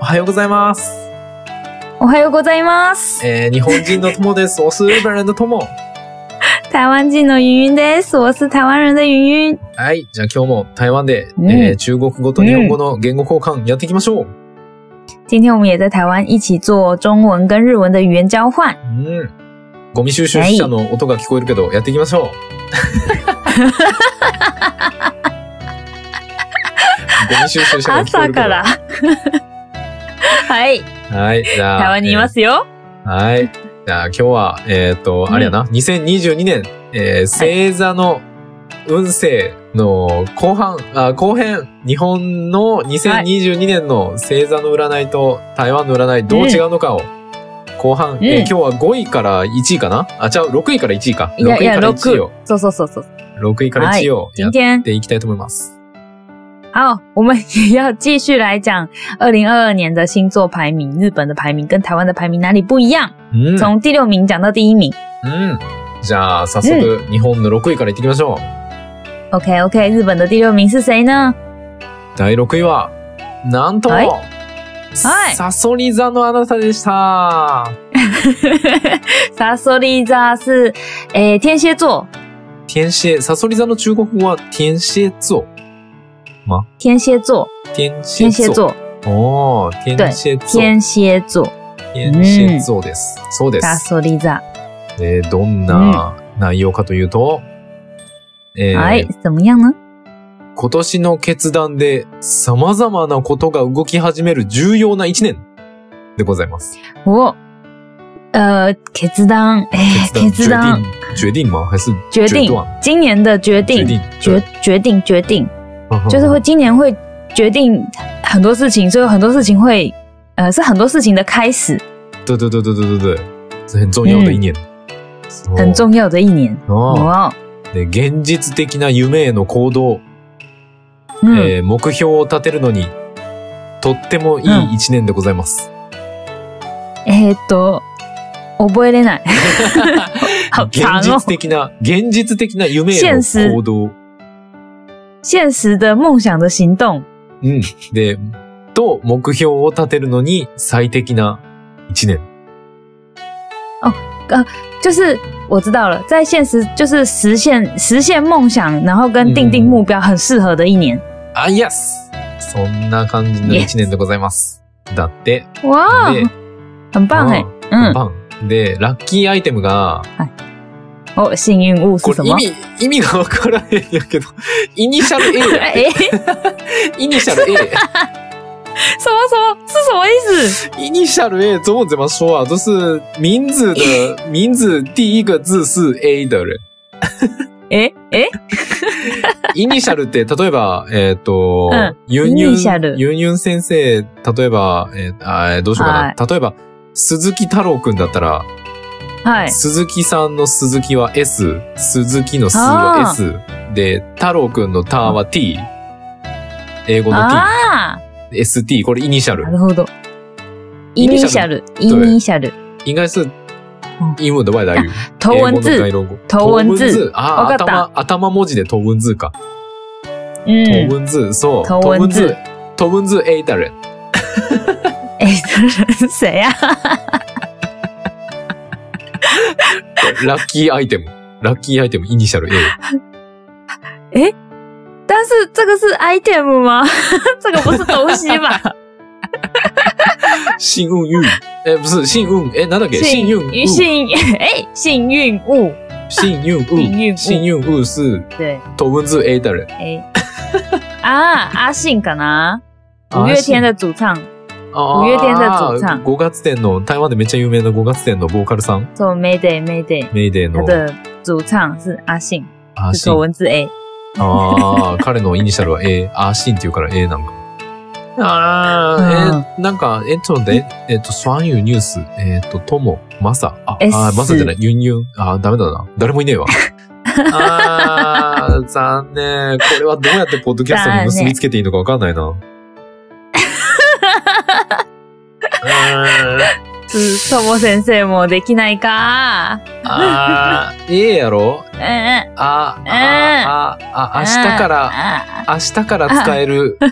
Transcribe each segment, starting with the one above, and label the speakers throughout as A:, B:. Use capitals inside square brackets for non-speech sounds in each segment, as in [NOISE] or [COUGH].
A: はようございます。
B: おはようございます。
A: えー、日本人の友です。我是日本人的友。
B: 台湾人の云云です。我是台湾人的云云。
A: はい。じゃあ今日も台湾で、
B: うん
A: えー中国語と日本語の言語交換やっていきましょう。
B: 今天我们也在台湾一起做中文跟日文的语言交换。
A: うん。ゴミ収集車の音が聞こえるけど、やっていきまし
B: [LAUGHS]
A: ょう。ゴミ収集車が聞こえ
B: 朝
A: るけ
B: か
A: ど。
B: [LAUGHS] ら。はい。
A: はい。じゃあ。
B: 台湾にいますよ。
A: えーはい。じゃあ今日は、えーっと、
B: うん
A: あれやな、2022年、えー星座の運勢の後半、あ、後編、日本の2022年の星座の占いと台湾の占いどう違うのかを、後半、えー
B: うん
A: 今日は5位から1位かなあ、じゃあ6位から1位か。
B: いや
A: 6位から1位
B: い
A: を、
B: そうそうそうそう。
A: 6位から1位をや
B: 今
A: っ
B: 天
A: ていきたいと思います。
B: 好，我们也要继续来讲二零二二年的星座排名，日本的排名跟台湾的排名哪里不一样？
A: うん。うん。
B: 从第六名讲到第一名。
A: じゃあ早速、日本の6位からいってきましょう。
B: OK OK，日本的第六名是谁呢？ [LAUGHS]
A: 第6位は、なんと、
B: はいはい
A: サソリ座のあなたでした。
B: 萨索利扎是诶天蝎座，
A: 天蝎、サソリ座の中国語は天蝎座。
B: 天蝎座，
A: 天蝎
B: 天
A: 座。
B: 蝎座，
A: おー、天蝎座。
B: 天蝎座，
A: 天蝎座です。そうです。
B: 萨索利扎。
A: えーどんな内容かというと、えー
B: 哎，怎么样呢？
A: 今年の決断で様々なことが動き始める重要な一年でございます。
B: 我哦呃，決断，哎，
A: 決
B: 決
A: 断
B: 断，
A: 决定决定吗？还是
B: 决定
A: 断，
B: 今年的决
A: 决
B: 定，哦
A: 定
B: 决决定决定，
A: 对
B: 就是会今年会决定很多事情，所以很多事情会，呃，是很多事情的开始，
A: 对对对对对对对，是很重要的一年。そう
B: 很重要的一年。
A: あ
B: 哇，
A: あで現実的な夢への行動、
B: 嗯，
A: えー目標を立てるのに、とってもいい一年でございます。
B: えーっと、覚えれ [LAUGHS] ない。好
A: 現
B: 长哦
A: 実。的な、現実的な夢への
B: 現実
A: 行動。
B: 现实的梦想的行动。
A: うん。で、と目標を立てるのに最適な一年。
B: 就是我知道了，在现实就是实现实现梦想，然后跟定定目标很适合的一年。
A: あ、イエスそんな感じの一年でございます。だって、
B: 哇，
A: で、
B: 很棒哎、嗯，
A: バン。で、ラッキーアイテムが、
B: 哦，幸运物是
A: こ
B: 什
A: れ
B: [LAUGHS] 么？
A: 意味、意味がわからへんやけど、 [LAUGHS] イニシャル A や
B: [LAUGHS] 哎、什么
A: イニシャル A。
B: 什么是什么意思？
A: イニシャル A 中文怎么说啊？就是名
B: [LAUGHS]
A: 字的名字第一个字是 A 的人。
B: 哎哎
A: イニシャルって、例えば、えっ、と、
B: うん
A: ユンユ
B: イニシャル
A: ン、ユンユン先生、例えば、えーあーどうしようかな。例えば、鈴木太郎くんだったら、
B: 嗨
A: 鈴木さんの鈴木は S、鈴木のすは S、で、太郎くんのたは T、英語の
B: 啊，
A: T、ST、これイニシャル
B: な。るほど。イ
A: イニ
B: ニ
A: シ
B: シ
A: ャ
B: ャ
A: ル
B: ル，イニシャル，
A: 应该是英文的外来语。
B: 头文
A: 英語の
B: 字
A: 概。論語
B: 頭文
A: 頭文
B: 字
A: 字あー
B: わかった
A: 頭、頭文字で頭文字か。頭
B: 嗯，
A: 文字、そう。
B: 頭文字。
A: 頭文字 A だれ。
B: 哎、这人是 [LAUGHS] 谁呀、啊？
A: ラッキーアイテム。ラッキーアイテム、イニシャル A。
B: 但是这个是 item 吗？ [LAUGHS] 这个不是东西 [LAUGHS] 吧？
A: 幸運 U。え、不是、幸運。え、なんだっけ幸運 U。
B: 幸哎、幸运物，
A: 幸運
B: 幸運
A: U。
B: U
A: 幸運 U 是
B: 对，
A: 頭文字 A だれ。
B: 哎、啊，阿信可能
A: あ
B: 五月天的主唱，
A: 五
B: 五月天的主唱
A: 5月天の、台湾でめっちゃ有名な5月天のボーカルさん。
B: 做 Mayday Mayday，
A: メイデー
B: 他
A: の。
B: 的主唱是阿信，
A: アー
B: 是
A: シン。
B: 头文字 A。
A: ああ、彼のイニシャルは A、アーシンっていうから A なんか。ああ、えー、なんか、え、ちょっと待って、えっと、スワンユーニュース、えっと、トモ、マサ、あ、
B: S
A: あーマサじゃない、ユンユン、あーダメだな。誰もいねえわ。 [LAUGHS] ああ、残念。これはどうやってポッドキャストに結びつけていいのかわかんない
B: [LAUGHS]
A: な。うーん
B: 是トモ先生もできないか。
A: あー、A やろ
B: うんうん。
A: あ、
B: ん
A: あ、あ、あ、明日から、
B: あ
A: 明日から使える、明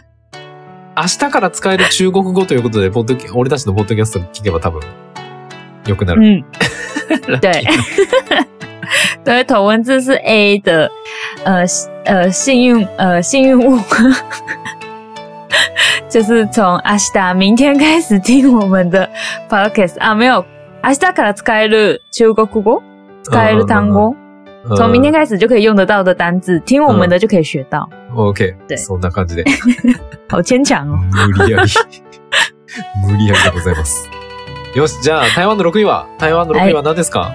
A: 日から使える中国語ということで、ポッドキ俺たちのポッドキャスト聞けば多分、良くなる。
B: 嗯，对，对，头文字是 A 的，呃呃，幸运呃幸运 [LAUGHS] 物，就是从阿西达明天开始听我们的 podcast 啊，没有，阿西达から使える中国語、
A: 嗯
B: 使える単
A: う
B: 語，
A: ん
B: 哦从明天開始就可以用得到的单字，听我们的就可以学到，
A: 嗯 OK。
B: 对
A: そんな感じで。
B: 好牵强哦。
A: 無理や
B: [LAUGHS]
A: り。無理やりでございます。よし、じゃあ、台湾の6位は、台湾の6位は何ですか、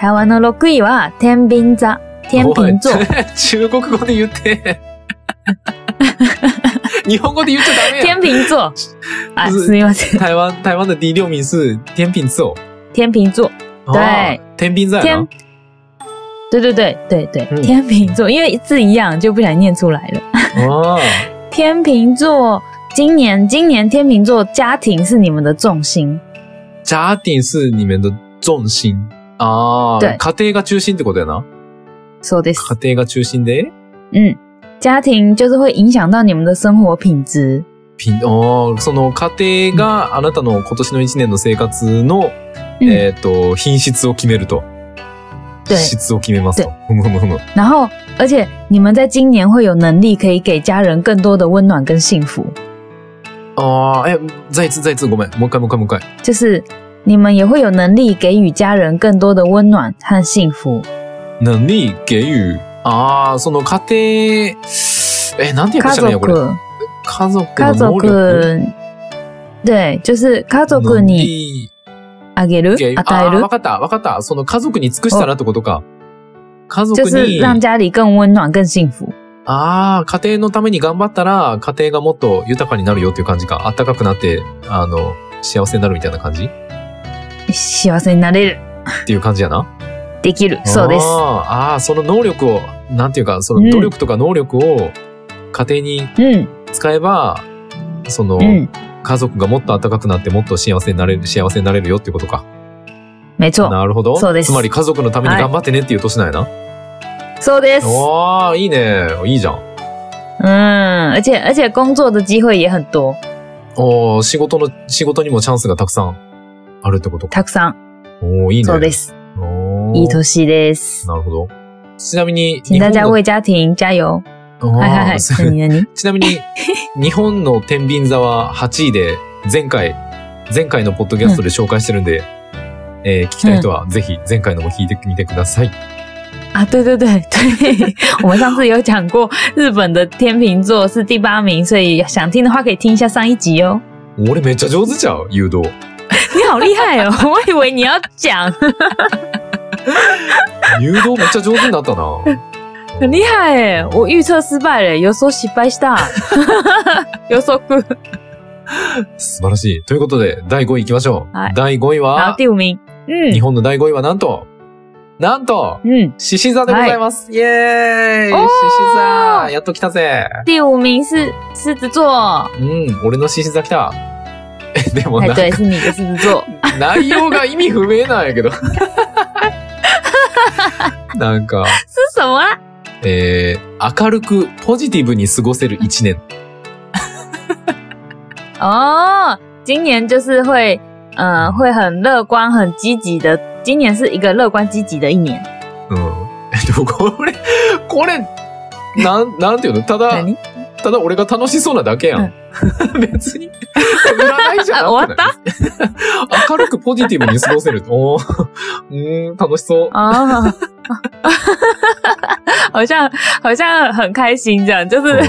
B: 台湾の6位は天秤座、天秤座
A: お。い中国語で言って。 [LAUGHS] 日本語で言っちゃダメや
B: 天秤座，啊，すみません。
A: 台湾台湾的第六名是天秤座，
B: 天秤座，
A: 哦，天秤座
B: 天
A: 呢？
B: 对对对对对，
A: 嗯
B: 天秤座，因为字一样就不想念出来了。
A: 哦，
B: 天秤座，今年今年天秤座家庭是你们的重心，
A: 家庭是你们的重心啊，
B: 对
A: 家庭が中心ってことやな。
B: 说的是，
A: 家庭が中心で
B: 嗯，家庭就是会影响到你们的生活品质，
A: ピンおーその家庭があなたの今年の一年の生活の、
B: 嗯，
A: えっ、と品質を決めると
B: 对，
A: 質を決めますと。ふむふむふむ。
B: 然后而且你们在今年会有能力可以给家人更多的温暖跟幸福，
A: ああえ在一在一ごめんもう一回もう一回もう一回。
B: 就是你们也会有能力给予家人更多的温暖和幸福。
A: 能力给予ああその家庭えなんて訳
B: 家
A: したらいいんやこれ。
B: 族，
A: 家族
B: 家
A: の能力。
B: 族，对，就是家族
A: 能
B: に
A: 力
B: あげる
A: 嗯给予啊
B: 与え
A: あー
B: る
A: わ。かった、わかった。その家族に尽くしたらってことか。家族
B: 就是
A: に、
B: 让家里更温暖、更幸福。
A: ああ、家庭のために頑張ったら、家庭がもっと豊かになるよっていう感じか。あったかくなって、あの、幸せになるみたいな感じっ
B: 幸せになれる、
A: ていう感じやな。
B: できる、そうです。
A: あーあー、その能力を、なんていうか、そうの
B: ん
A: 努力とか能力を家庭に
B: うん、
A: 使えば、その、
B: うん、
A: 家族がもっと暖かくなって、もっと幸せになれる、幸せになれるよっていうことか。
B: 没错、
A: なるほど。
B: そうです
A: つまり家族のために頑張ってねっていう年なんやな。
B: そうです。
A: おー、いいね。いいじゃん。
B: 嗯，而且而且工作的机会也很多，
A: おー仕事の、仕事にもチャンスがたくさんあるってことか。
B: たくさん。
A: おーいいね。
B: そうです。
A: おー
B: いい年です。
A: なるほど。ちなみに、
B: 请大家
A: 日
B: 为家庭加油。
A: 本の
B: はいはい
A: あ
B: は
A: ー
B: い。
A: そう
B: 何何
A: [LAUGHS] ちなみに、日本の天秤座は8位で、前回、前回のポッドキャストで紹介してるんで、えー聞きたい人はぜひ前回のも聞いてみてください。
B: [LAUGHS] 啊，对对 [LAUGHS] 对对，我们上次有讲过，日本的天秤座是第八名，所以想听的话可以听一下上一集哦。
A: 俺めっちゃ上手じゃん、誘導。
B: [LAUGHS] 你好厉害哦，我以为你要讲，
A: 誘導めっちゃ上手になったな。
B: [LAUGHS] [LAUGHS] 很厉害哎，我预测失败了，有所失败した， [LAUGHS] 有所苦。
A: 素晴らしい。ということで、第5位行きましょう。
B: はい
A: 第5位
B: 好，
A: は、
B: 第五名，
A: 日
B: 嗯
A: 本の第5位はなんと、なんと、
B: 嗯，
A: 獅子座でございます。イエーイ獅
B: おー
A: 子座やっと来たぜ
B: 第五名是狮子座，
A: うん、俺の獅子座来た。え [LAUGHS] でも
B: 哎
A: な、
B: 对，是你的狮子 [LAUGHS] 座，
A: [LAUGHS] 内容が意味不明なんやけど。 [LAUGHS] なんか、
B: 是什么啊？
A: えー、明るくポジティブに過ごせる一年。
B: 哦，今年就是会，呃，会很乐观、很积极的。今年是一个乐观积极的一年。
A: うん。 [LAUGHS] えっと、これ、これ、なん、なんていうのただ、
B: 何
A: ただ俺が楽しそうなだけやん。 [LAUGHS] 別に。占いじゃなくない
B: あ終わっ
A: [LAUGHS] 明るくポジティブに過ごせる。おーうーん、楽しそう。
B: 哦，好像好像很开心这样，就是、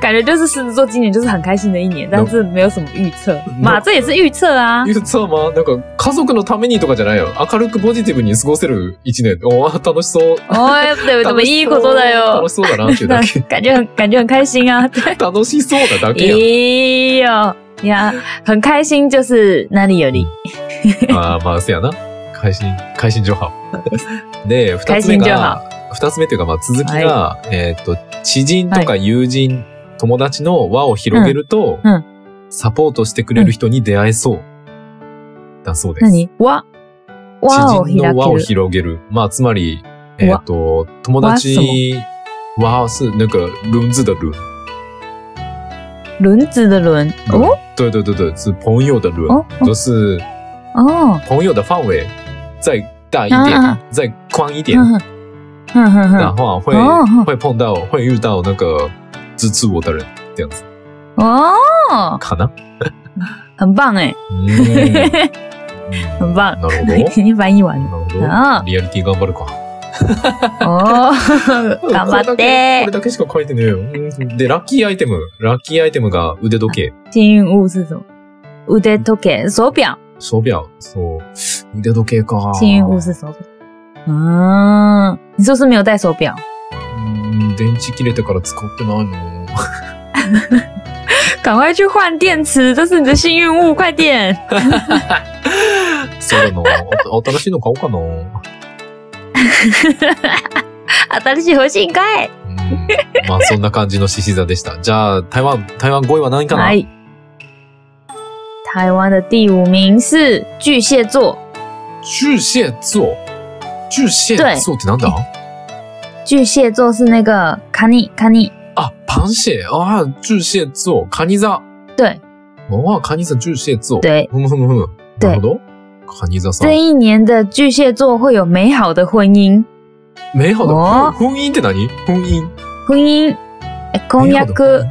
B: 感觉就是狮子座今年就是很开心的一年，但是没有什么预测
A: 嗯
B: 嘛，这也是预测啊
A: ゆ。うさま、なんか家族のためにとかじゃないよ。明るくポジティブに過ごせる一年。おー楽しそう。
B: 哦，对，怎么
A: 楽し
B: 一一
A: そう
B: 口都在哟
A: 楽，しそうだなっていうだ
B: [LAUGHS]
A: け。
B: 感觉很感觉很开心啊。对，
A: 楽しそうなだけやん。
B: 咦哟呀，很开心就是哪里有你，
A: ああ、まあ、せやな。開心、開心情
B: [LAUGHS]
A: 報。で、二
B: 開
A: つ目
B: 心情
A: が
B: 報、
A: 二つ目というか、まあ、続きが、えーっと、知人とか友人、友達の輪を広げると、
B: うんうん
A: サポートしてくれる人に出会えそう。だそうです。
B: 那你哇哇哦，
A: 知人の輪を
B: 開ける
A: 広げる。まあ、つまり、えーっと、友達、輪は、是、なんか、ルンズだルン。
B: 轮子的轮哦
A: 对对对对，是朋友的轮，
B: 哦哦
A: 就是
B: 哦，
A: 朋友的范围再大一
B: 啊啊
A: 点，再宽一点
B: 哼哼哼哼
A: 的
B: 哼，
A: 话，会
B: 哦哦
A: 会碰到会遇到那个支持我的人，这样子
B: 哦，
A: 可
B: [LAUGHS]
A: 能。
B: 很棒哎，
A: 嗯
B: 很棒
A: なるほ
B: 已经翻译完了
A: ど。なるほ
B: [LAUGHS] あ
A: ど。リアリティ頑張るか。 [LAUGHS]
B: 哦，頑張っ
A: これ
B: て。
A: だけしか書いてねえよ。うんで、ラッキーアイテム。ラッキーアイテムが腕時計。
B: 幸运物是什么？腕時計、手表。
A: 手表。そう。腕時計か。
B: 幸运物是手表。嗯，你是不是没有戴手表？
A: うん電池切れてから使ってないの。 [LAUGHS]
B: 赶快去换电池，这是你的幸运物，快点！
A: そうだな。あ新しいの買おうかな。う
B: 新しい欲しいんかい。
A: ん。まあ、そんな感じの獅子座でした。じゃあ、台湾、台湾語彙は何かな
B: はい。哎台湾的第五名是巨蟹座，
A: 巨蟹座。巨蟹座ってなんだ
B: 巨蟹座是那个卡尼卡尼，
A: あ、パンシェ。ああ、巨蟹座。カニ座。哦
B: 对
A: ああ、カニ座、巨蟹座。
B: 对。
A: ふむふむふむ。
B: 对
A: なるほど。カニ座さん
B: 这。一年的巨蟹座会有美好的婚姻，
A: 美好
B: お
A: 的婚姻って何婚姻。
B: 婚姻，呃え婚
A: 美好的婚
B: 約
A: 姻、哦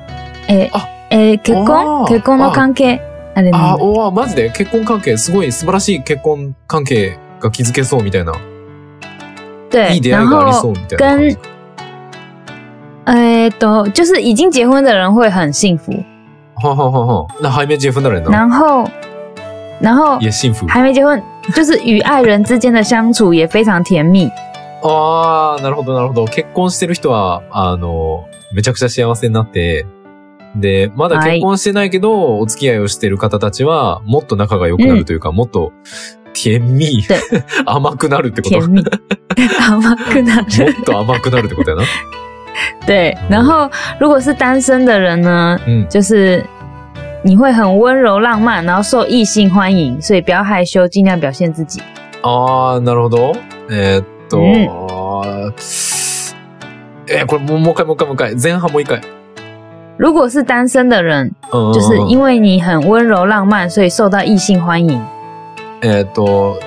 B: え
A: あ
B: え結呃婚
A: あー
B: 結婚の関係あれね。
A: あ、おわ、マジで結婚関係、すごい素晴らしい結婚関係が築けそうみたいな。い
B: 对
A: い，出会
B: 然
A: いがありそう
B: 后
A: みたいな感じ。
B: えっと呃就是已经结婚的人会很幸福，
A: 哦はははは。那还没结婚的人呢？
B: 然后然后
A: 也幸福。
B: 还没结婚，就是与爱人之间的相处也非常
A: [LAUGHS]
B: 甜蜜。
A: ああ、なるほど、なるほど。結婚してる人は、あの、めちゃくちゃ幸せになって、で、まだ結婚してないけど、お付き合いをしてる方たちは、もっと仲が良くなるというか、もっと、甜蜜
B: 对、
A: [LAUGHS] 甘くなるってこと
B: 甜
A: も [LAUGHS]
B: 蜜，好吗？跟他说
A: っと甘くなるってことやな。
B: 对。然后，如果是单身的人呢，
A: 嗯
B: 就是你会很温柔浪漫，然后受异性欢迎，所以不要害羞，尽量表现自己。
A: ああ、なるほど。えーっと、
B: うん
A: えーこれもうもう一回もう一回もう一回。前半もう一回。
B: 如果是单身的人，
A: うんうんうん
B: 就是因为你很温柔浪漫，所以受到异性欢迎。
A: えーっと、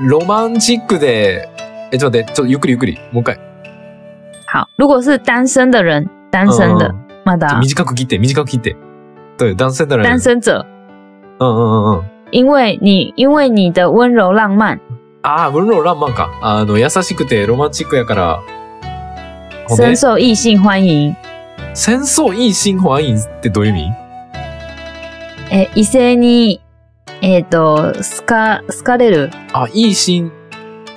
A: ロマンチックで、え、ちょっと待って、ちょっとゆっくりゆっくり。もう一回。
B: 好，如果是单身的人，单身的
A: うんうん
B: まだ
A: 短く切って、短く切って。对、男性なら。
B: 单身者，
A: うんうんうんうん。
B: 因为你因为你的温柔浪漫，
A: ああ、温柔浪漫か。あの、優しくてロマンチックやから。ほんで
B: 深、受异性欢迎。
A: 戦争いい新欢迎ってどういう意味
B: えー異性に、えっ、と、好か、好かれる
A: あ、いい新、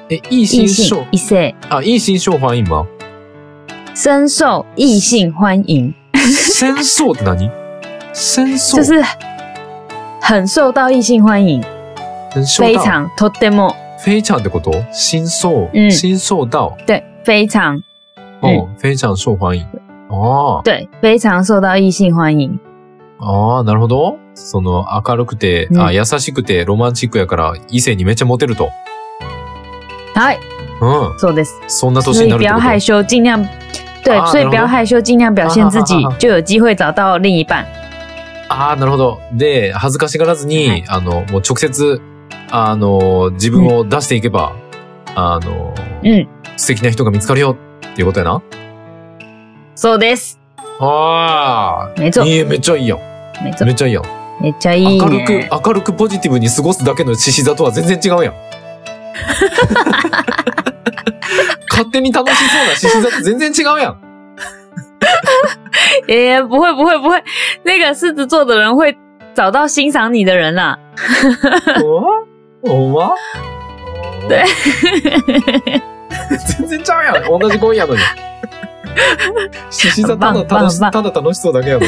A: え、いい
B: 異
A: 新
B: 性
A: 賞、。
B: 異性、
A: あ、いい新賞欢迎 [LAUGHS] 吗
B: 深受异性欢迎，
A: 戦争って何戦争
B: 就是很受到异性欢迎，
A: 戦争
B: 非
A: 到
B: 常とっても
A: 非常ってこと新相
B: うん
A: 新相到
B: 对，非常
A: うん非常受欢迎。あ
B: 对，非常受到异性欢迎。
A: あ、ああ、なるほど。その明るくて、
B: う
A: あ
B: ん
A: 優しくてロマンチックやから異性にめっちゃモテると。
B: はい、
A: うん。
B: そうです。
A: そんな
B: 所
A: 年に
B: 以
A: な
B: 不
A: るって
B: 要
A: こと
B: 害羞，尽量对
A: 啊，
B: 所以
A: なるほ
B: 不
A: ど
B: 要害羞，尽量表现自己
A: 啊啊啊啊，
B: 就有机会找到另一半。
A: ああ、なるほど。で、恥ずかしがらずに、
B: はい
A: あの、もう直接、あの、自分を出していけば、あの、
B: うん
A: 素敵な人が見つかるよっていうことやな。
B: そうです。
A: あ
B: 没错
A: あ、い，いえめっちゃいいやん。
B: 没错
A: め，っちゃいいやん。
B: めっちゃいい
A: 明る
B: [LAUGHS] ね。
A: く、明るくポジティブに過ごすだけの獅子座とは全然違
B: [LAUGHS]
A: うやん。勝手に楽しそうな獅子座と全然違うやん。
B: 哎、不会不会不会，那个狮子座的人会找到欣赏你的人啦、
A: おおま
B: で
A: [LAUGHS] 全然ちゃうやん。同じ恋や
B: [LAUGHS]
A: のに。獅子座ただ楽し、
B: バンバンバン
A: ただ楽しそうだけやのに。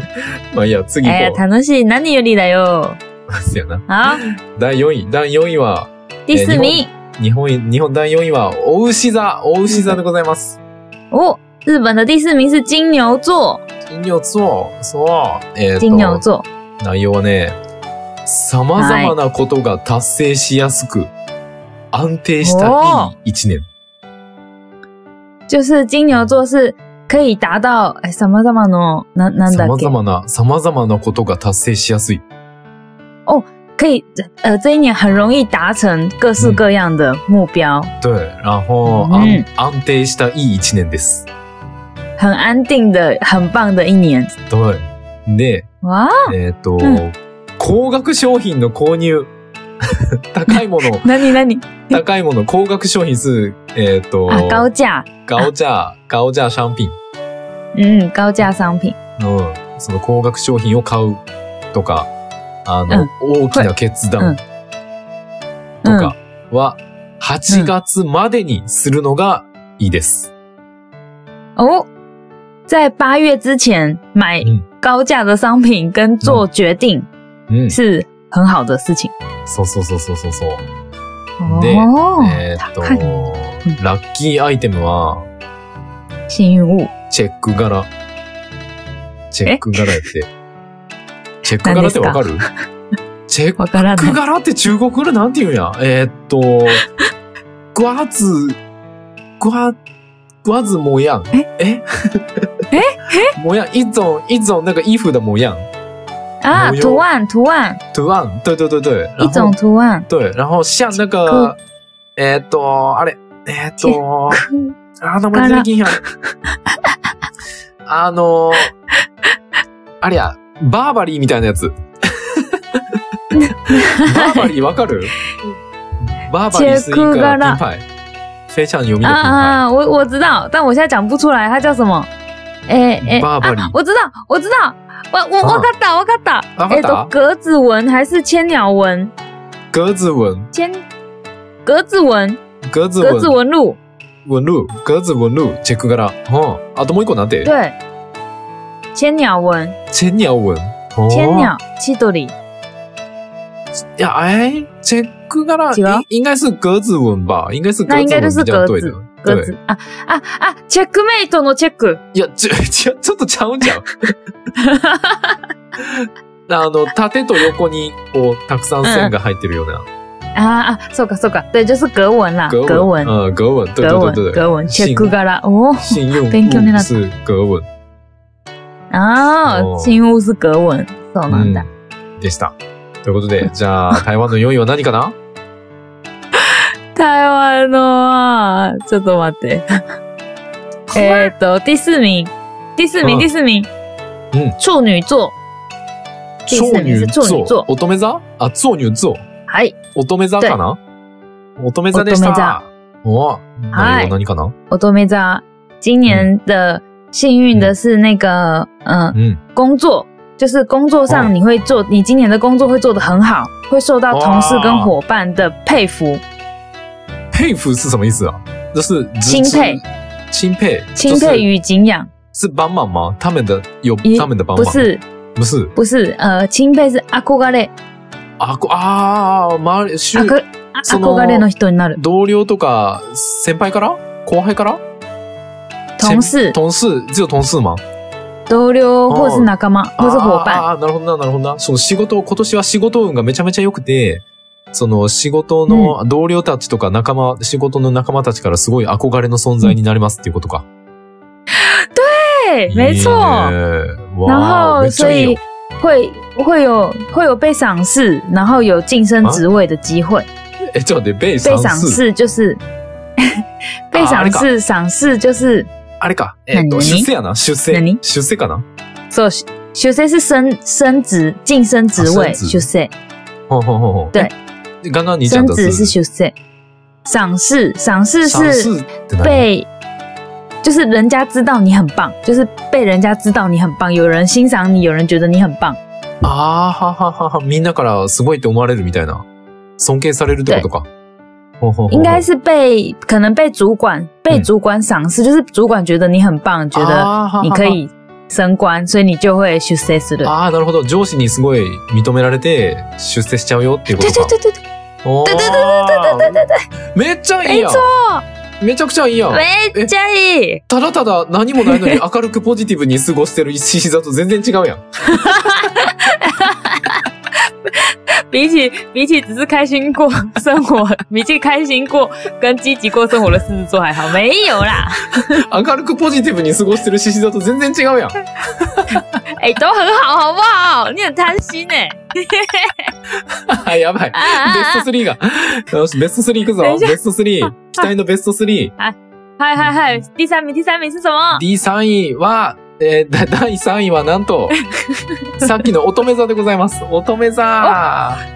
A: [LAUGHS] まあいいや、次
B: 哎呀
A: 行こ
B: 楽しい何よりだよ。
A: う。そうやな。
B: 好，
A: 第4位。第4位は、
B: 第四名
A: 日本、日本第4位は、お牛座、お牛座でございます。
B: 哦，日本的第四名是金牛座，
A: 金魚座、そう。えーと
B: 金牛座。
A: 内容はね、様々なことが達成しやすく、安定したいい一年。
B: 就是金牛座是可以达到哎さまざまのななんだっ
A: 様
B: け
A: 々な、様々なことが達成しやすい。
B: 可以呃这一年很容易达成各式各样的目标，
A: 对。然后、
B: うん
A: 安安定したいい一年です。
B: 很安定的很棒的一年。
A: 对。で、
B: 哇，
A: えっ、と、
B: うん
A: 高額商品の購入。 [LAUGHS] 高いも
B: [LAUGHS]
A: の、
B: 那你那你
A: 高いもの、高額商品数、えっ、と、
B: 啊高价，
A: 高价、高价商品。
B: 嗯高价商品，
A: うん、その高額商品を買うとか、あの、大きな決断と
B: 嗯
A: かは、8月までにするのがいいです。
B: 哦，在八月之前买
A: 嗯
B: 高价的商品跟做决定
A: うん。
B: 是很好的事情。
A: そうそうそうそうそうそう。で
B: 哦，
A: えーっと
B: 高い、
A: ラッキーアイテムは、
B: 幸运物
A: チェック柄。チェック柄やって。チェック柄ってわかるチェッ [LAUGHS]
B: わから
A: ク
B: ない。
A: 柄って中国語でなんて言うんやえーっと、グワズ、グワ、グワズ模样。
B: え
A: え
B: え
A: 模样、一种、一种那个衣服的模样。
B: 啊，
A: 模様
B: 图案图案，
A: 图案。对对对对。
B: 一
A: 然后
B: 种图案。
A: 对。然后像那个、えーっと、あれ、えーっと、あー、名前出てきんやん。あのー、あれや、バーバリーみたいなやつ。バーバリーわかるバーバリー是一
B: チェック
A: 个
B: 柄
A: 品牌。非常有名
B: 啊
A: 的品牌。
B: 啊，我我知道，但我现在讲不出来，它叫什么？哎哎，
A: 巴巴里
B: 啊我知道，我知道，我我
A: 啊
B: 我看到，我看到，
A: 啊
B: 哎，
A: 看到
B: 都格子纹还是千鸟纹？
A: 格子纹、
B: 千格子纹，
A: 格子
B: 格子
A: 纹、
B: 纹路，
A: 纹路、格子纹路、チェック柄。うん。あともう一個なんて
B: 对，千鸟纹，
A: チェニャ纹。うん
B: 千鸟七朵里，
A: いや、哎、チェック柄、
B: 違う
A: い应该是格子纹吧。应该是格
B: 那
A: 子
B: 应该
A: 纹
B: 就是
A: 比较
B: 格
A: 对
B: 子
A: 的。
B: 格子啊啊啊，checkmate のチェック，
A: いや、ち [LAUGHS] ょ、ちょ、ちょっとちゃうんじゃ
B: [LAUGHS]
A: ん。あの、縦と横に、こう、たくさん線が入ってるような。
B: 啊啊，そうかそうか，对，就是格纹啦，格纹，
A: うん、格纹。对
B: 格
A: 对
B: 纹
A: 对对，对。
B: 格纹，チェ
A: 信
B: ック柄哦
A: 信用
B: 勉強になった
A: 是格纹。
B: 啊
A: 哦，
B: 新屋是格纹，そうなんだ。
A: うんでした。ということで、じゃあ、台湾の4位は何か
B: [LAUGHS]
A: な
B: 台湾のは、ちょっと待って。えーっと、第四名。第四名、
A: うん
B: 第四名。
A: うん
B: 处女座。第四名是
A: 座
B: 处女座。
A: 乙女座あ、处女座。
B: はい。
A: 乙女座かな乙女座でした。
B: 乙女
A: お
B: は
A: 内
B: い
A: 容何かな
B: 乙女座。今年的幸运的是那个，嗯
A: う，ん。
B: 工作，就是工作
A: 哦
B: 上你会做，你今年的工作会做得很好，会受到同事跟
A: 哇
B: 伙伴的佩服。
A: 佩服是什么意思啊？就是
B: 钦佩，
A: 钦佩，
B: 钦
A: 就是
B: 佩与敬仰，
A: 是帮忙吗？他们的有
B: 咦
A: 他们的帮
B: 不
A: 忙，
B: 是
A: 不是
B: 不是，呃，钦佩是阿库嘎嘞，
A: あこあ周り周
B: 阿
A: 囲
B: 克阿
A: そ
B: 阿
A: の
B: 库嘎啊嘞の人になる。
A: 同僚とか先輩から後輩から
B: 同事
A: 先、同事只有同事吗？哦
B: 同僚或是仲間或是伙伴。
A: あーあーなるほどななるほどな。その仕事今年は仕事運がめちゃめちゃ良くて。その仕事の同僚たちとか仲間、仕事の仲間たちからすごい憧れの存在になりますっていうことか。
B: 对，没错。
A: いいね
B: 然
A: わー
B: 后
A: めっち
B: 所
A: ゃいいよ
B: 以会会有会有被赏识，然后有晋升职位的机
A: 啊
B: 会。
A: え、ちょっと待って、ベイ
B: 被
A: さん
B: 赏
A: す
B: 识就是
A: [LAUGHS]
B: 被赏
A: ああ
B: 识，赏识就是
A: あれか。えっと、
B: 何
A: 出世やな。出世
B: 何。
A: 出世かな。
B: so 学生是升升职晋升职
A: 啊升
B: 位，
A: 职
B: 学生
A: ほうほうほうほう。
B: 对
A: え。刚刚你讲
B: 升
A: 的
B: 职
A: 是
B: 是学生，赏识赏识
A: 赏
B: 是
A: 识って何
B: 被。就是人家知道你很棒，就是被人家知道你很棒，有人欣赏你，有人觉得你很棒。
A: あーはははは、みんなからすごいって思われるみたいな。尊敬されるってことか。ほうほうほうほう
B: 应该是被可能被主管被主管赏识，就是主管觉得你很棒，觉得
A: あーははは
B: 你可以升官，所以你就会出世する。
A: ああ、なるほど。上司にすごい認められて出世しちゃうよっていうこ
B: 对
A: とか。
B: 对对对对，
A: おー
B: 对对对
A: めっちゃいい
B: 没
A: やん
B: 错，
A: めちゃくちゃいいやん
B: めっちゃいい。
A: ただただ何もないのに明るくポジティブに過ごしてる獅子座と全然違うやん。
B: 比起比起只是开心过生活，比起开心过跟积极过生活的狮子座还好，没有啦，
A: 明るくポジティブに過ごしてる獅子座と全然違うやん。
B: [LAUGHS] 哎、都很好，好不好？你很贪心哎、
A: あやばい。
B: 啊啊
A: ベ
B: 啊
A: ス！ト3が。よし、ベスト3いくぞ
B: よい。しょ
A: ベスト3。期待のベスト3。
B: 嗨嗨嗨，第三名，第三名是什么？
A: D3 位は、えーだ第3位はなんと、さっきの乙女座でございます。乙女座。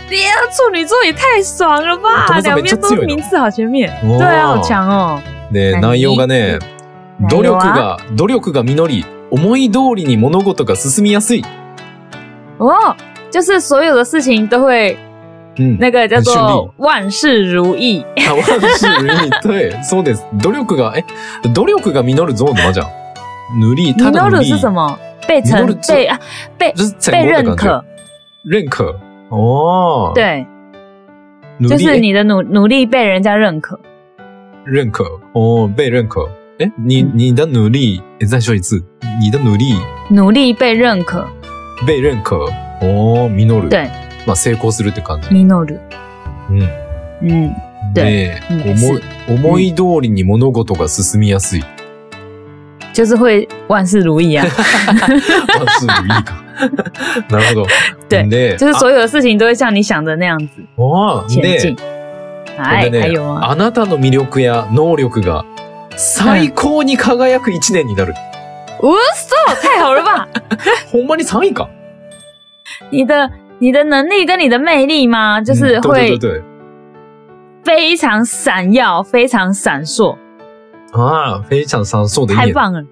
B: 对呀，处女座也太爽了
A: 我同
B: 吧！
A: 事
B: 两
A: 没
B: 边
A: 这
B: 都
A: 次有
B: 名次好前面，
A: 哦
B: 对啊，好强哦。
A: で、内容がね、努力が、努力が実り、思い通りに物事が進みやすい。
B: 哦，就是所有的事情都会
A: うん。
B: 那个叫
A: 很顺利
B: 做万事如意。
A: あ、ワンシールに对。そうです。努力が、え、努力が実るゾーンのじゃん。努力、
B: 你
A: ただ努
B: r
A: 力。
B: 是什么？被承
A: 努力是
B: 被啊被
A: 就是成
B: 被
A: 功的
B: 认
A: 感觉。
B: 可，
A: 认可。哦。。
B: 对，
A: 努
B: 就
A: 力、
B: 是
A: え
B: 你的努努力被人家认可。
A: 认可。哦，被认可。哎，你你的努力，诶再说一次，你的努力
B: 努力被认可，
A: 被认可。哦，実る。
B: 对
A: まあ成功するって感じ。
B: 米诺鲁，
A: うん。
B: 嗯，
A: で、
B: うん
A: 思い、思い通りに物事が進みやすい。
B: 就是会万事如
A: [LAUGHS]
B: 意啊，
A: 万事如意か。なるほど。
B: [LAUGHS] 对
A: で、
B: 就是所有的事情都会像你想的那样子
A: ああー
B: 前
A: で
B: 进。哎，
A: これ
B: 还
A: ね
B: 有吗？
A: あなたの魅力や能力が最高に輝く一年に
B: [LAUGHS]
A: なる。
B: 我操，太好了吧！ [LAUGHS]
A: ほんまに3位か。
B: 你的你的能力跟你的魅力吗？就
A: う
B: 是
A: ん
B: 会
A: 嗯对对对对
B: 非常闪耀，非常闪烁，
A: ああ、非常さん、そうでいい
B: 太
A: ね。
B: 棒了，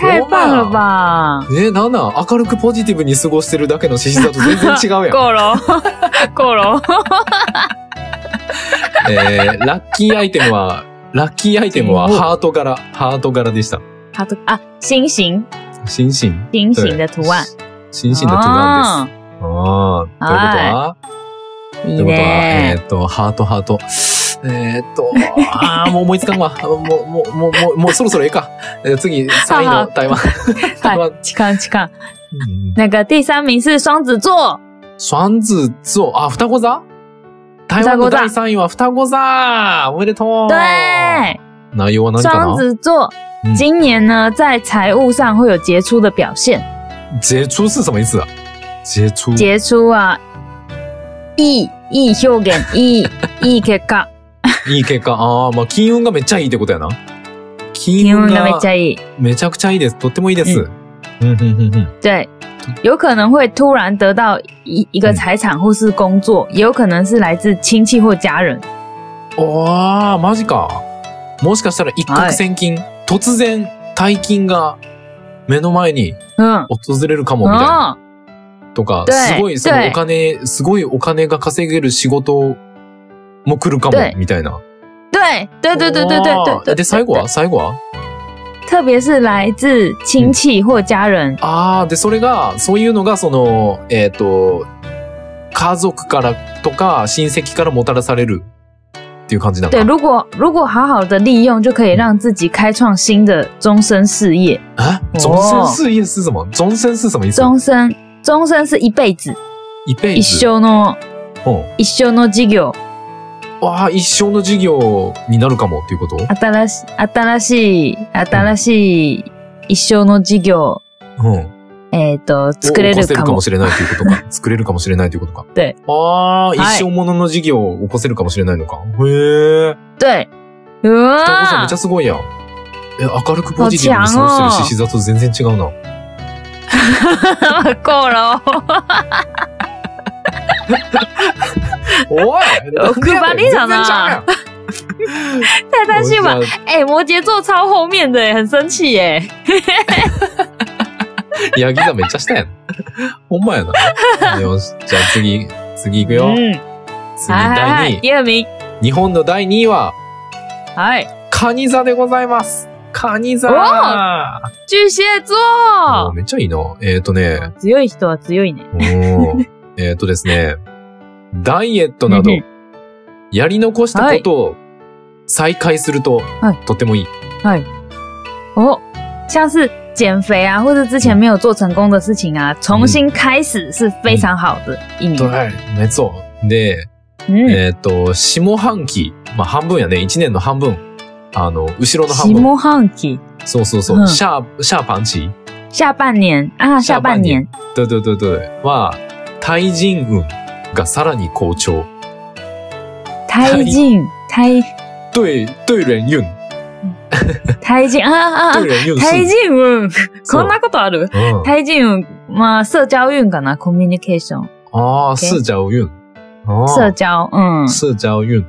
B: 太棒了吧！
A: え、なんなん明るくポジティブに過ごしてるだけの獅子座と全然違う
B: [LAUGHS]
A: やん。
B: 够了哦，够了哦。
A: えー、ラッキーアイテムは、ラッキーアイテムはハート柄、ハート柄でした。
B: 好的啊，星形
A: 心身。
B: 星形的图案，
A: 心身の図案です。ああ、ということは
B: 哦，い
A: とい
B: いう
A: ことは、え
B: ね。
A: ーっと、ハート、ハート。えーっと、ああ、もう思いつかんわ。もう、もう、もう、もう、もうそろそろいいか。えー次、3位の台湾。台湾。
B: 去看去
A: う
B: 看，
A: ん
B: 那个第三名是双子座，
A: 双子座、あ、双子座台湾の第3位は双子座おめでとう
B: 对，
A: 内容は何か
B: 双
A: な
B: 子座
A: 嗯
B: 今年呢在财务上会有杰出的表现，
A: 杰出是什么意思啊杰出。
B: 杰出啊，いいいい表現、いいいい結果。
A: いい結果。ああ、まあ、金運がめっちゃいいってことやな。金
B: 金
A: 運
B: 運がめっ
A: が
B: ちゃいい。
A: めちゃくちゃいいです。とってもいいです。うん、うん、うん、うん。
B: 对，有可能会突然得到一一个财产或是工作，也有可能是来自亲戚或家人。
A: ああ、マジか。もしかしたら一攫千金、突然大金が目の前に
B: 嗯，
A: 訪れるかもみたいな。
B: 哦，
A: とか、
B: 对
A: すごいその
B: 对
A: お金、すごいお金が稼げる仕事も来るかも
B: 对、
A: みたいな。
B: 对对对对对
A: あ
B: 对
A: ー
B: 对对。
A: で、最後は最後は
B: 特别是来自亲戚或家人。
A: ああ、で、それが、そういうのが、その、えっ、と、家族からとか、親戚からもたらされるっていう感じなの
B: 对，
A: かな。
B: 如果如果好好的利用，就可以让自己开创新的终身事业。
A: え终身事业是什么终身是什么意思
B: 终身，终身是一辈子，
A: 一辈
B: 一
A: 子。
B: 生の
A: うん
B: 一生の事業。
A: わあ、一生の授業になるかもっていうこと
B: 新し新しい新しい一生の事業。
A: うん。
B: えっ、と作れ
A: を
B: る
A: 起こせ
B: か
A: るか
B: も
A: も。しれないということか。作れるかもしれないということか。
B: 对
A: ああ、一
B: はい
A: 生ものの事業を起こせるかもしれないのか。へえ。
B: 对，
A: 双子座め
B: 哇
A: っちゃ，すごいやん。え、明るくポジティブに過ごしてる獅子座と全然違うな。
B: 够了哦！ [LAUGHS]
A: おい
B: 欲張りだな [LAUGHS] 太担心吧。
A: 我知
B: 哎、摩羯座超后面的耶，很生气耶。
A: 道ヤギ座めっちゃ下やん。ほんまやな。よし。じゃあ次、次行くよ。
B: 嗯，
A: 次
B: 嗨嗨
A: 第
B: 嗨，
A: 2位。
B: 第二名，哎
A: 日本の第2位は、
B: 嗨，
A: カニ座でございます。カニ座
B: お巨蟹
A: あ
B: 座。
A: めっちゃいいな。えっ、ー、とね、
B: 強い人は強いね。
A: おーえっとですね、ダイエットなど
B: うんう、
A: やり残したことを再開すると、
B: はい
A: とてもいい。
B: 哦，像是减肥啊，或者之前没有做成功的事情啊，重新开始是非常好的一年。
A: 嗯对、哎没错。で、
B: 嗯，
A: えーっと、下半期、まあ半分やね、1年の半分、あの、後ろの半
B: 西
A: 分。
B: 莫汉基
A: そうそうそうう、
B: ん
A: シャー、シャーパンチ
B: 下半年啊，下半年，
A: [LAUGHS] 对对对对。は、対人運がさらに好調。
B: 胎进胎
A: 对、对人運。
B: 胎进啊啊啊
A: 对，人運
B: 胎
A: 数。
B: 嗯进運
A: そう
B: [LAUGHS] こんなことある？
A: うん。
B: 胎进運まあ呃社交啊運かな、コミュニケーション、
A: 哦ああ、社交運。ああ
B: 社交，嗯
A: 社交运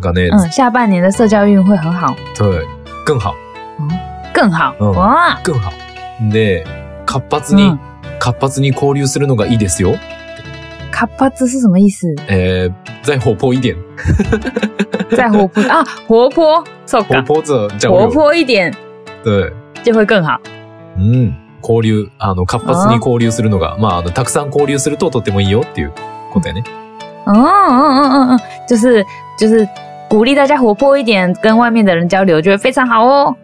A: がね、
B: 嗯，下半年的社交运会很好，
A: 对、更好、
B: 更好
A: 嗯
B: 哇，
A: 更好。で、活発に、
B: 嗯，
A: 活発に交流するのがいいですよ。
B: 卡巴兹是什么意
A: [LAUGHS]
B: 思？
A: えー、再活泼一点。
B: 再活泼啊，活泼，そう
A: 活
B: か
A: 泼着交
B: 活
A: 流。
B: 泼一点
A: 对。
B: 就会更好。
A: うん。交流、あの、活発に交流するのが、まあ、あの、たくさん交流するととってもいいよっていうことやね。
B: 嗯嗯嗯嗯嗯，就是就是鼓励大家活泼一点，跟外面的人交流，就会非常好哦。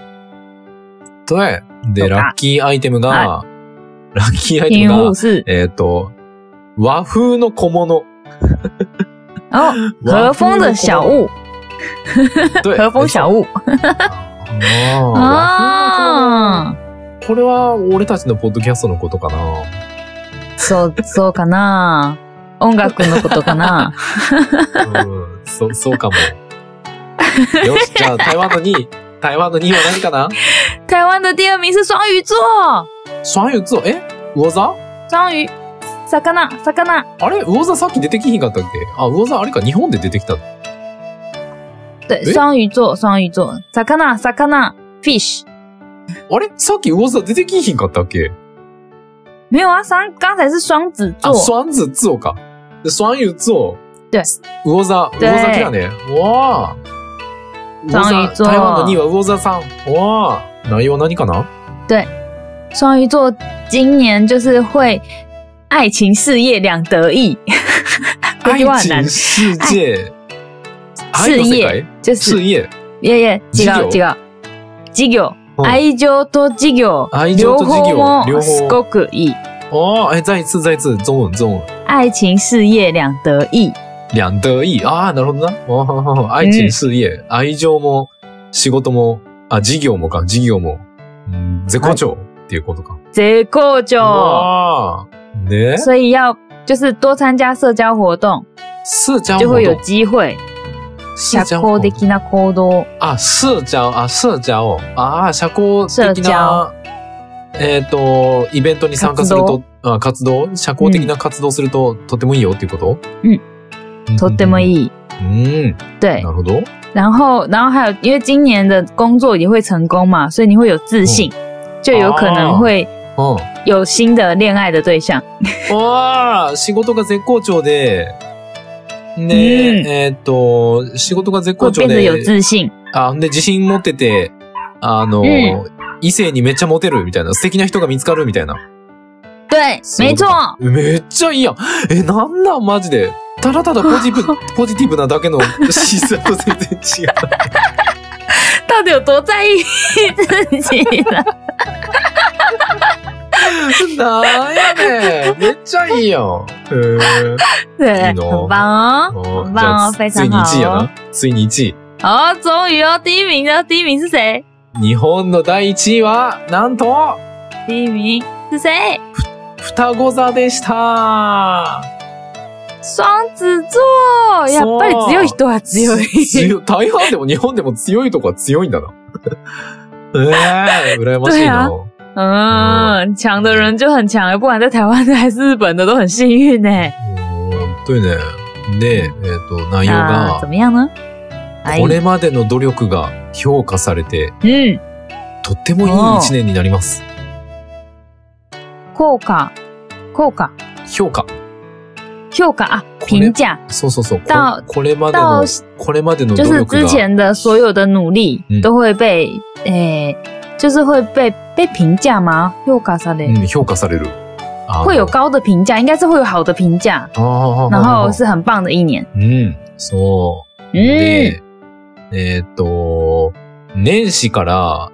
A: 对。
B: そ
A: で、
B: うか
A: ラッキーアイテムが、ラッキーアイテ
B: 天
A: ム
B: 武
A: が、
B: 士
A: えっ、と、和風の小物。
B: 哦，和风的小物，
A: 对。
B: 和风小物哦
A: ああ。
B: 啊。
A: これは俺たちのポッドキャストのことかな。
B: [LAUGHS] そうそうかな。音楽のことかな。
A: うん、そそうかも。よし、じゃあ台湾の2位。台湾の2位は何かな
B: 台湾的第二名是双鱼座，
A: 双魚座、え魚座
B: 双鱼。魚魚
A: あれ魚座さっき出てきひんかったっけあ、魚座あれか、日本で出てきた。
B: 对，
A: 诶
B: 双鱼座双鱼座魚魚 fish
A: あれさっき魚座出てきひんかったっけ
B: 没有啊，双刚才是双子
A: あ、
B: 座
A: 啊双子座か。で双魚座。
B: 对
A: 魚座、魚座来たね。わあ。
B: 双魚座
A: 台湾の2位は魚座さん。わあ。内容は何かな
B: 双鱼座今年就是会爱情事业两得
A: [LAUGHS]
B: 意，
A: 愛
B: は
A: 情世界。愛
B: 事
A: の世
B: 业
A: 界
B: 就是
A: 事業。
B: 耶耶，
A: 事
B: 这
A: 業
B: 个这个这个
A: うん
B: 愛情と事業
A: 愛哦啊情と事業
B: も
A: 両方
B: すごくいい。
A: 哦，哎，再一次，再一次，中文，中文，
B: 爱情事业两得意。
A: 两得意啊，なるほどな。哦ほうほうほう愛情事業、愛情も仕事も、あ、事業もか、事業も、うん絶好調っていうことか。
B: 絶好調。
A: 哇，ね、
B: 所以要就是多参加社交活动，
A: 社
B: 嗯
A: 交
B: 就
A: 活
B: 会有
A: 動、
B: 机会
A: 社
B: 社
A: 交
B: 交
A: 活動
B: 的な行動。
A: あ、社交、あ、社交、あ、社交的な、えっと、イベントに参加すると、あ活動、社交的な活動すると、とてもいいよっていうこと？
B: うん
A: うん
B: とっても
A: い。
B: いい。
A: うん、
B: 嗯对
A: なる，ほど。
B: 然后然后还有，因为今年的工作也会成功嘛，所以你会有自信，就有可能会
A: うん。
B: 有新的恋爱的对象。
A: わあ、仕事が絶好調で、ねえ、
B: うん
A: えーっと、仕事が絶
B: 会
A: 好調
B: 变得有
A: で、
B: 自信。
A: あ、んで自信持ってて、あの、
B: うん
A: 異性にめっちゃモテるみたいな、素敵な人が見つかるみたいな。
B: 对，
A: そう
B: 没错，
A: めっちゃいいやん。え、なんなんマジで。ただただポジティブ、 [LAUGHS] ポジティブなだけの資産と全然違う。
B: 到底有多在意自己呢？
A: [LAUGHS] なんやねん。めっちゃいいやん。へえ。
B: [LAUGHS] 对，
A: いいの
B: 很棒哦。
A: お
B: 很
A: じゃ
B: 棒
A: あ
B: 哦，
A: つ
B: 非
A: つい
B: 常
A: に
B: 好
A: 1位や
B: 哦
A: な。。ついに1位。
B: 好，终于哦，第一名呢？第一名是谁？
A: 日本の第1位は、なんと、
B: 第一名是谁？
A: 双子座でした。
B: 双子座。
A: そう
B: やっぱり強い人は強い。
A: 強い台湾でも日本でも強いとこは強いんだな。ええ羨ましいな。
B: [LAUGHS] 嗯，强的人就很强，不管在台湾的还是日本的都很幸运呢。
A: 本当にね。で、えっ、と、内容
B: 那
A: が、
B: 怎么样呢？哎
A: こ，れまでの努力が評価されて、
B: 嗯，
A: とってもいい一年になります。
B: 効果，効果，
A: 評価。
B: 評価啊，
A: これ
B: 评价
A: そうそうそう。こ
B: 到
A: これまで
B: 到
A: の、これまでの努
B: 就是
A: 力
B: 之
A: が、
B: 前的所有的努力
A: 嗯
B: 都会被，诶、就是会被被评价吗？又卡萨
A: う
B: 嘞，
A: ん、評価される。あの
B: 会有高的评价，应该是会有好的评价，
A: あー
B: 然后是很棒的一年。
A: うん、そう。
B: 嗯，
A: で、えーっと、年始から、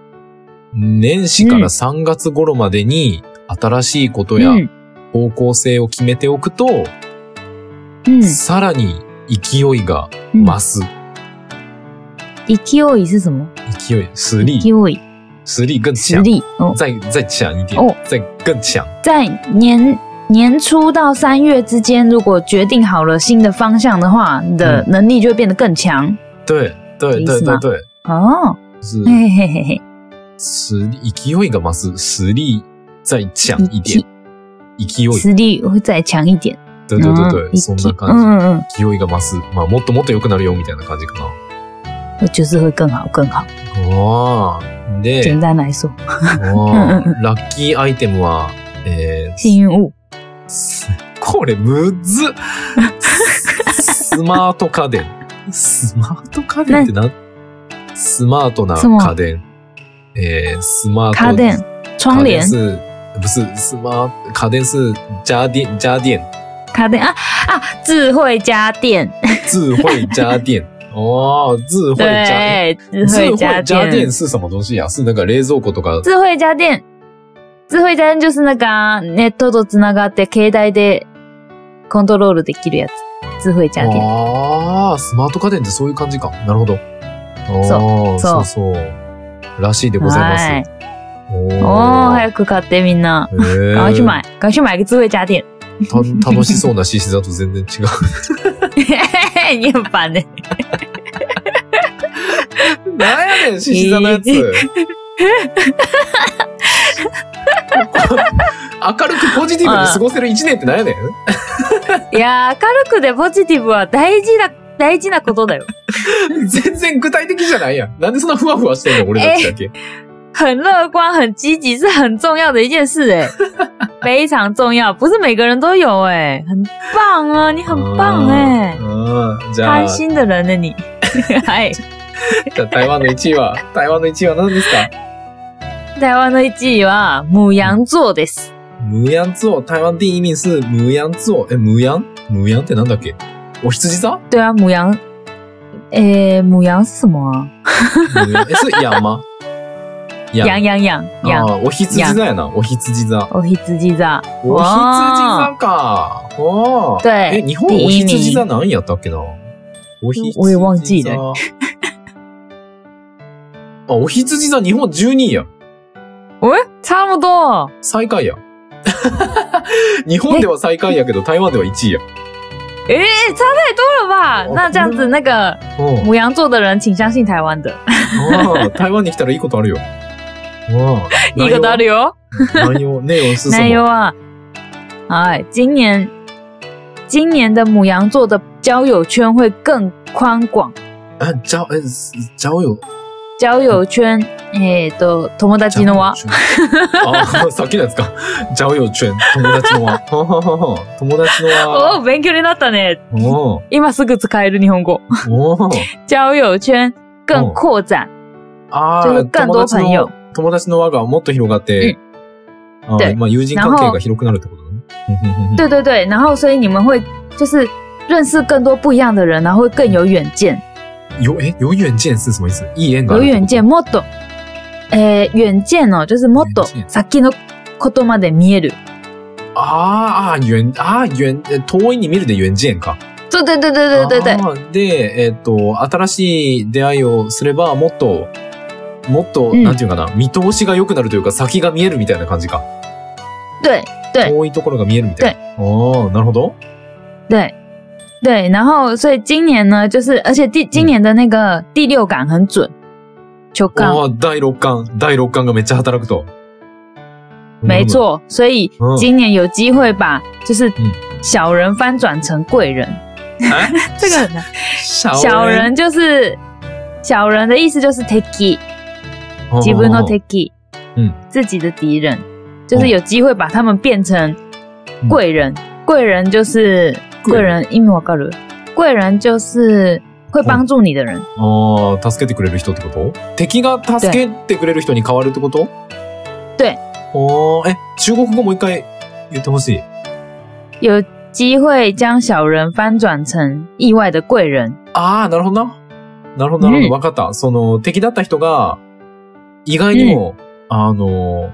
A: 年始から3月頃までに新しいことや
B: うん
A: 方向性を決めておくと、
B: うん
A: さらに勢いが
B: うん
A: 増す。
B: 勢い是什么？
A: 勢い、实
B: 勢
A: 力、
B: い、
A: 实力更
B: 实
A: 强。
B: 力。哦，
A: 再再强一点
B: 哦，
A: 再更强。
B: 在年年初到三月之间，如果决定好了新的方向的话，你
A: 嗯
B: 的能力就会变得更强。
A: 对对
B: 意
A: 对
B: 思
A: 对
B: 吗
A: 对，
B: 哦，
A: 是
B: 嘿嘿嘿嘿，
A: 实力勢いが増す。实力再強一
B: 勢
A: 点。勢い。
B: 实力会再强一点。
A: 对对对
B: 嗯
A: 对，そん
B: 勢
A: な
B: 嗯
A: 感
B: 嗯嗯，
A: じ。勢いが増す。まあ、もっともっと良くなるよ、みたいな感じかな。
B: 我就是会更好更好。
A: ああ。
B: 简
A: で、
B: 单来说，
A: あ
B: うん
A: ーラッキーアイテムは、えー
B: 幸运物。
A: すこれむずっスマート家電。スマート家電ってなんスマートな
B: スマ
A: 家電。えー、スマート。
B: 卡电窗帘
A: 家電是不是スマート、家電是家電、家電。
B: 卡电啊啊，智慧家电，
A: 智慧家
B: [LAUGHS]
A: 电。哦，智慧家电。
B: 对，智
A: 智
B: 慧
A: 慧
B: 家
A: 家
B: 电
A: 电，是什么东西啊？是那个冷蔵庫とか。
B: 智慧家電。智慧家電就是那个啊、ネットとつながって携帯でコントロールできるやつ。智慧家電。
A: ああ、スマート家電ってそういう感じか。なるほど。ああ、
B: そ
A: そううそう。らしいでございます。
B: はい。
A: お
B: おー、
A: い。
B: 早く買ってみんな。
A: え
B: 赶快去买，赶快去买个智慧家 [LAUGHS] 电。
A: た楽しそうな獅子座と全然違
B: 你很烦呢、
A: う。なんやねん、獅子座のやつ。
B: え
A: 明るくポジティブに過ごせる一年ってなんやねん。
B: いやー、明るくでポジティブは大事だ、大事なことだよ。
A: 全然具体的じゃないやん。なんでそんなふわふわしてんの俺たちだけ。
B: 很乐观、很积极是很重要的一件事
A: [LAUGHS]
B: 哎、非常重要，不是每个人都有哎、很棒啊，你很棒哎、
A: うんうんじゃ
B: 开
A: あ、
B: 心的人
A: [LAUGHS]
B: 呢你。はい。
A: じゃあ台湾の1位は、台湾の1位は何ですか
B: 台湾の1位は、啊母羊座です。
A: 母羊座。台湾第一名是母羊座。え、母羊母羊ってなんだっけお羊座
B: 对啊，母羊。诶、母羊是什么啊？
A: 母羊え、それ羊吗羊哦
B: 羊羊羊羊。哦
A: あーお羊座やな。お羊座。
B: お
A: お
B: 羊座。
A: 羊座か。おーえ、
B: 对，
A: 日本
B: 第
A: お
B: 一名
A: 羊座何位やったっけなお羊座。
B: 我也忘记
A: [LAUGHS]
B: 了
A: あ、お羊座日本12位や。
B: 喂，差不多。
A: 最下位や。 [LAUGHS] 日本では最下位やけど、台湾では1位や。
B: 诶、差太多了吧？
A: 哦
B: 那这样子，那个
A: うん
B: 母羊座的人，请相信台湾的。
A: ああ、台湾に来たらいいことあるよ。 [LAUGHS] ああ
B: 一个道理哦。
A: 内容、内容啊是什
B: 奶油
A: 么？
B: 啊！哎，今年今年的母羊座的交友圈会更宽广，
A: あ、じゃ、え、すじゃおよ。
B: 交友圈えっと友達の輪。
A: じゃおよあ、さっきのやつか。じゃおよちゅん、友達の輪。はははは友達の
B: お
A: 輪。
B: 哦お、勉強になったね。
A: おー
B: 今すぐ使える日本語。
A: おー
B: 交友圈更扩展。
A: あ [LAUGHS]
B: ちょ
A: あ、
B: っと感動パンよ
A: 友達の友達の輪がもっと広がって、あ
B: 对
A: ーまあ友人関係が広くなるってことだね。
B: 对对对，然后所以你们会就是认识更多不一样的人，然后会更有远见。
A: [LAUGHS] 有え、有遠見是什么意思意縁があるってこ
B: 有
A: と。
B: 远见もっとえー遠見哦，就是もっと
A: 遠見
B: 先のことまで見える。
A: あーあー、遠、ああ、遠、え遠いに見るで遠見か。
B: 对对对对对对对。
A: あーで、えっ、と、新しい出会いをすれば、もっと、もっと、
B: うん
A: なんていうかな、見通しが良くなるというか、先が見えるみたいな感じか。
B: 对对
A: 遠いところが見えるみたいな。おー、なるほど。
B: 对对，然后所以今年呢，就是而且第今年的那个第六感很准，球感
A: あー第六感、第六感がめっちゃ働くと。
B: 没错，所以
A: 嗯
B: 今年有机会把就是
A: 嗯
B: 小人翻转成贵人，
A: なるほど。
B: [LAUGHS] 这个很难。
A: 小
B: 小人就是小人的意思就是 take，自分の take，
A: 哦嗯，
B: 自己的敌人，就是有机会把他们变成
A: 嗯
B: 贵人。贵人就是
A: 贵
B: 贵
A: 人
B: 人，因为我告诉你贵人就是会
A: 嗯
B: 帮助你的人。
A: ああ、助けてくれる人ってこと敵が助けてくれる人に変わるってこと
B: 对。
A: おー、え、中国語もう一回言ってほしい。
B: 有机会将小人翻转成意外的贵人。
A: ああ、なるほどな。なるほど、なるほ
B: うん
A: ど。わかった。その、敵だった人が、意外にも、あの、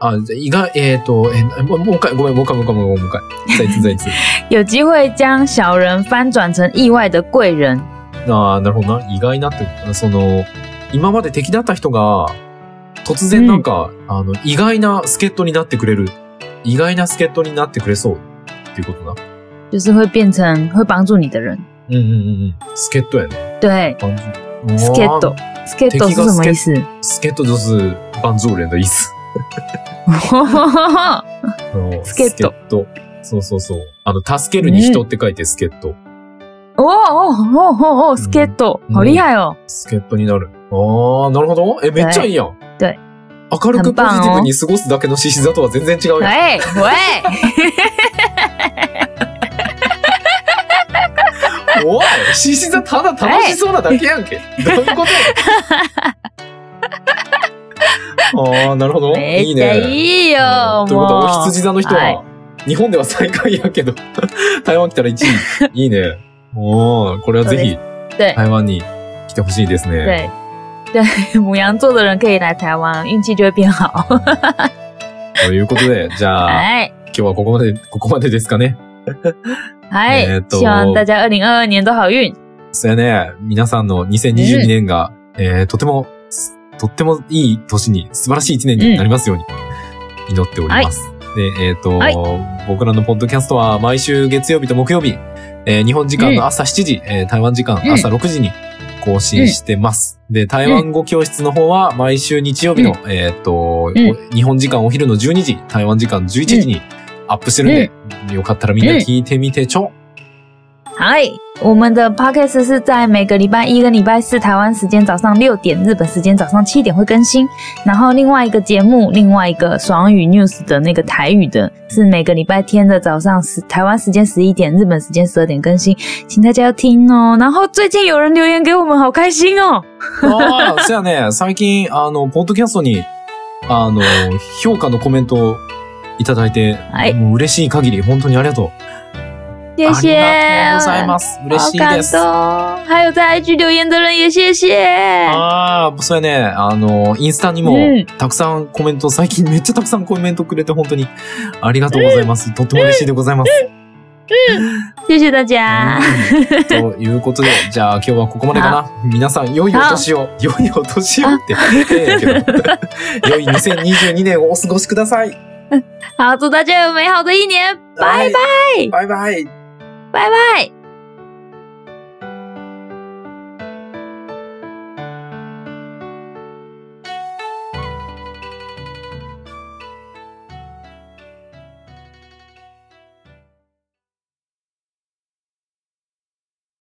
A: あ、意外、えっ、と、えもうもう一回、ごめん、もう一回、もう一回、もう一回、もう一回。再一次、再一次。
B: 有机会将小人翻转成意外的贵人。
A: ああ、なるほどな。意外なって、その、今まで敵だった人が、突然なんか、あの、意外な助っ人になってくれる。意外な助っ人になってくれそう。っていうことな。
B: 就是会变成会帮助你的人。
A: うんうんうんうん。助っ人やね。
B: 对
A: バンジー
B: ，skato。skato
A: 敵
B: 是
A: が
B: 什么意 [LAUGHS] 思？
A: 助っ人就是、バンジョーレンの意思。
B: 哦
A: あの
B: 助っ人。
A: 助そうそうそう。あの、助けるに人って書いて助っ人。
B: 哦哦哦哦哦，skato，
A: 嗯
B: 好厉害哦！
A: 助っ人になる。ああ、なるほど。え、めっちゃいいやん。
B: 对
A: 明るくポジティブに過ごすだけの獅子座とは全然違うやん。
B: 喂喂，
A: おい獅子座ただ楽しそうなだけやんけ。どういうことやああ、なるほど。
B: め
A: いい
B: っちゃ
A: ね。
B: いい
A: うん
B: よ。
A: ということは、お
B: もう
A: 羊座の人
B: はい
A: は、日本では最下位やけど、 [LAUGHS] 台湾来たら1位。いいね。おーこれはぜひ、
B: 对
A: 台湾に来てほしいですね。
B: 对对， [LAUGHS] 母羊座的人可以来台湾，运气就会变好。
A: ということで、じゃあ、
B: 哎
A: 今日はここまで、ここまでですかね。え
B: 哎
A: ー，と
B: 希望大家二零二二年都好运。
A: そやね、皆さんの2022年が、えーとても、すとってもいい年に、素晴らしい一年になりますように、祈っております。で、えっ、と、
B: は
A: 僕らのポッドキャストは毎週月曜日と木曜日、えー日本時間の朝7時、えー台湾時間朝6時に更新してます。で、台湾語教室の方は毎週日曜日の、えっ、と、
B: うん
A: お日本時間お昼の12時、台湾時間11時にアップしてるんで、よかったらみんな聞いてみてちょ。
B: 嗨，我们的 podcast 是在每个礼拜一跟礼拜四台湾时间早上六点，日本时间早上七点会更新。然后另外一个节目，另外一个爽语 news 的那个台语的，是每个礼拜天的早上十台湾时间十一点，日本时间十二点更新，请大家要听哦。然后最近有人留言给我们，好开心哦！
A: ああ、そやね、最近、あの、ポッドキャストに、あの、評価のコメントをいただいて、
B: はい
A: もう嬉しい限り、本当にありがとう。
B: 谢谢，
A: ありがとうございます。嬉
B: 好
A: しい
B: 感
A: です。
B: 动。还有在 IG 留言的人也谢谢。
A: ああ、そうやね、あの、インスタにも
B: うん、
A: たくさんコメント、最近めっちゃたくさんコメントくれて、本当に、ありがとうございます。とっても嬉しいでございます。
B: 谢谢大家。
A: 嗯うん [LAUGHS] ということで、じゃあ今日はここまでかな。皆さん、良いお年を、良いお年をって、ええやけど、
B: [LAUGHS]
A: 良い2022年をお過ごしください。
B: 好，祝大家有美好的一年，拜
A: 哎拜拜，拜拜。
B: 拜拜。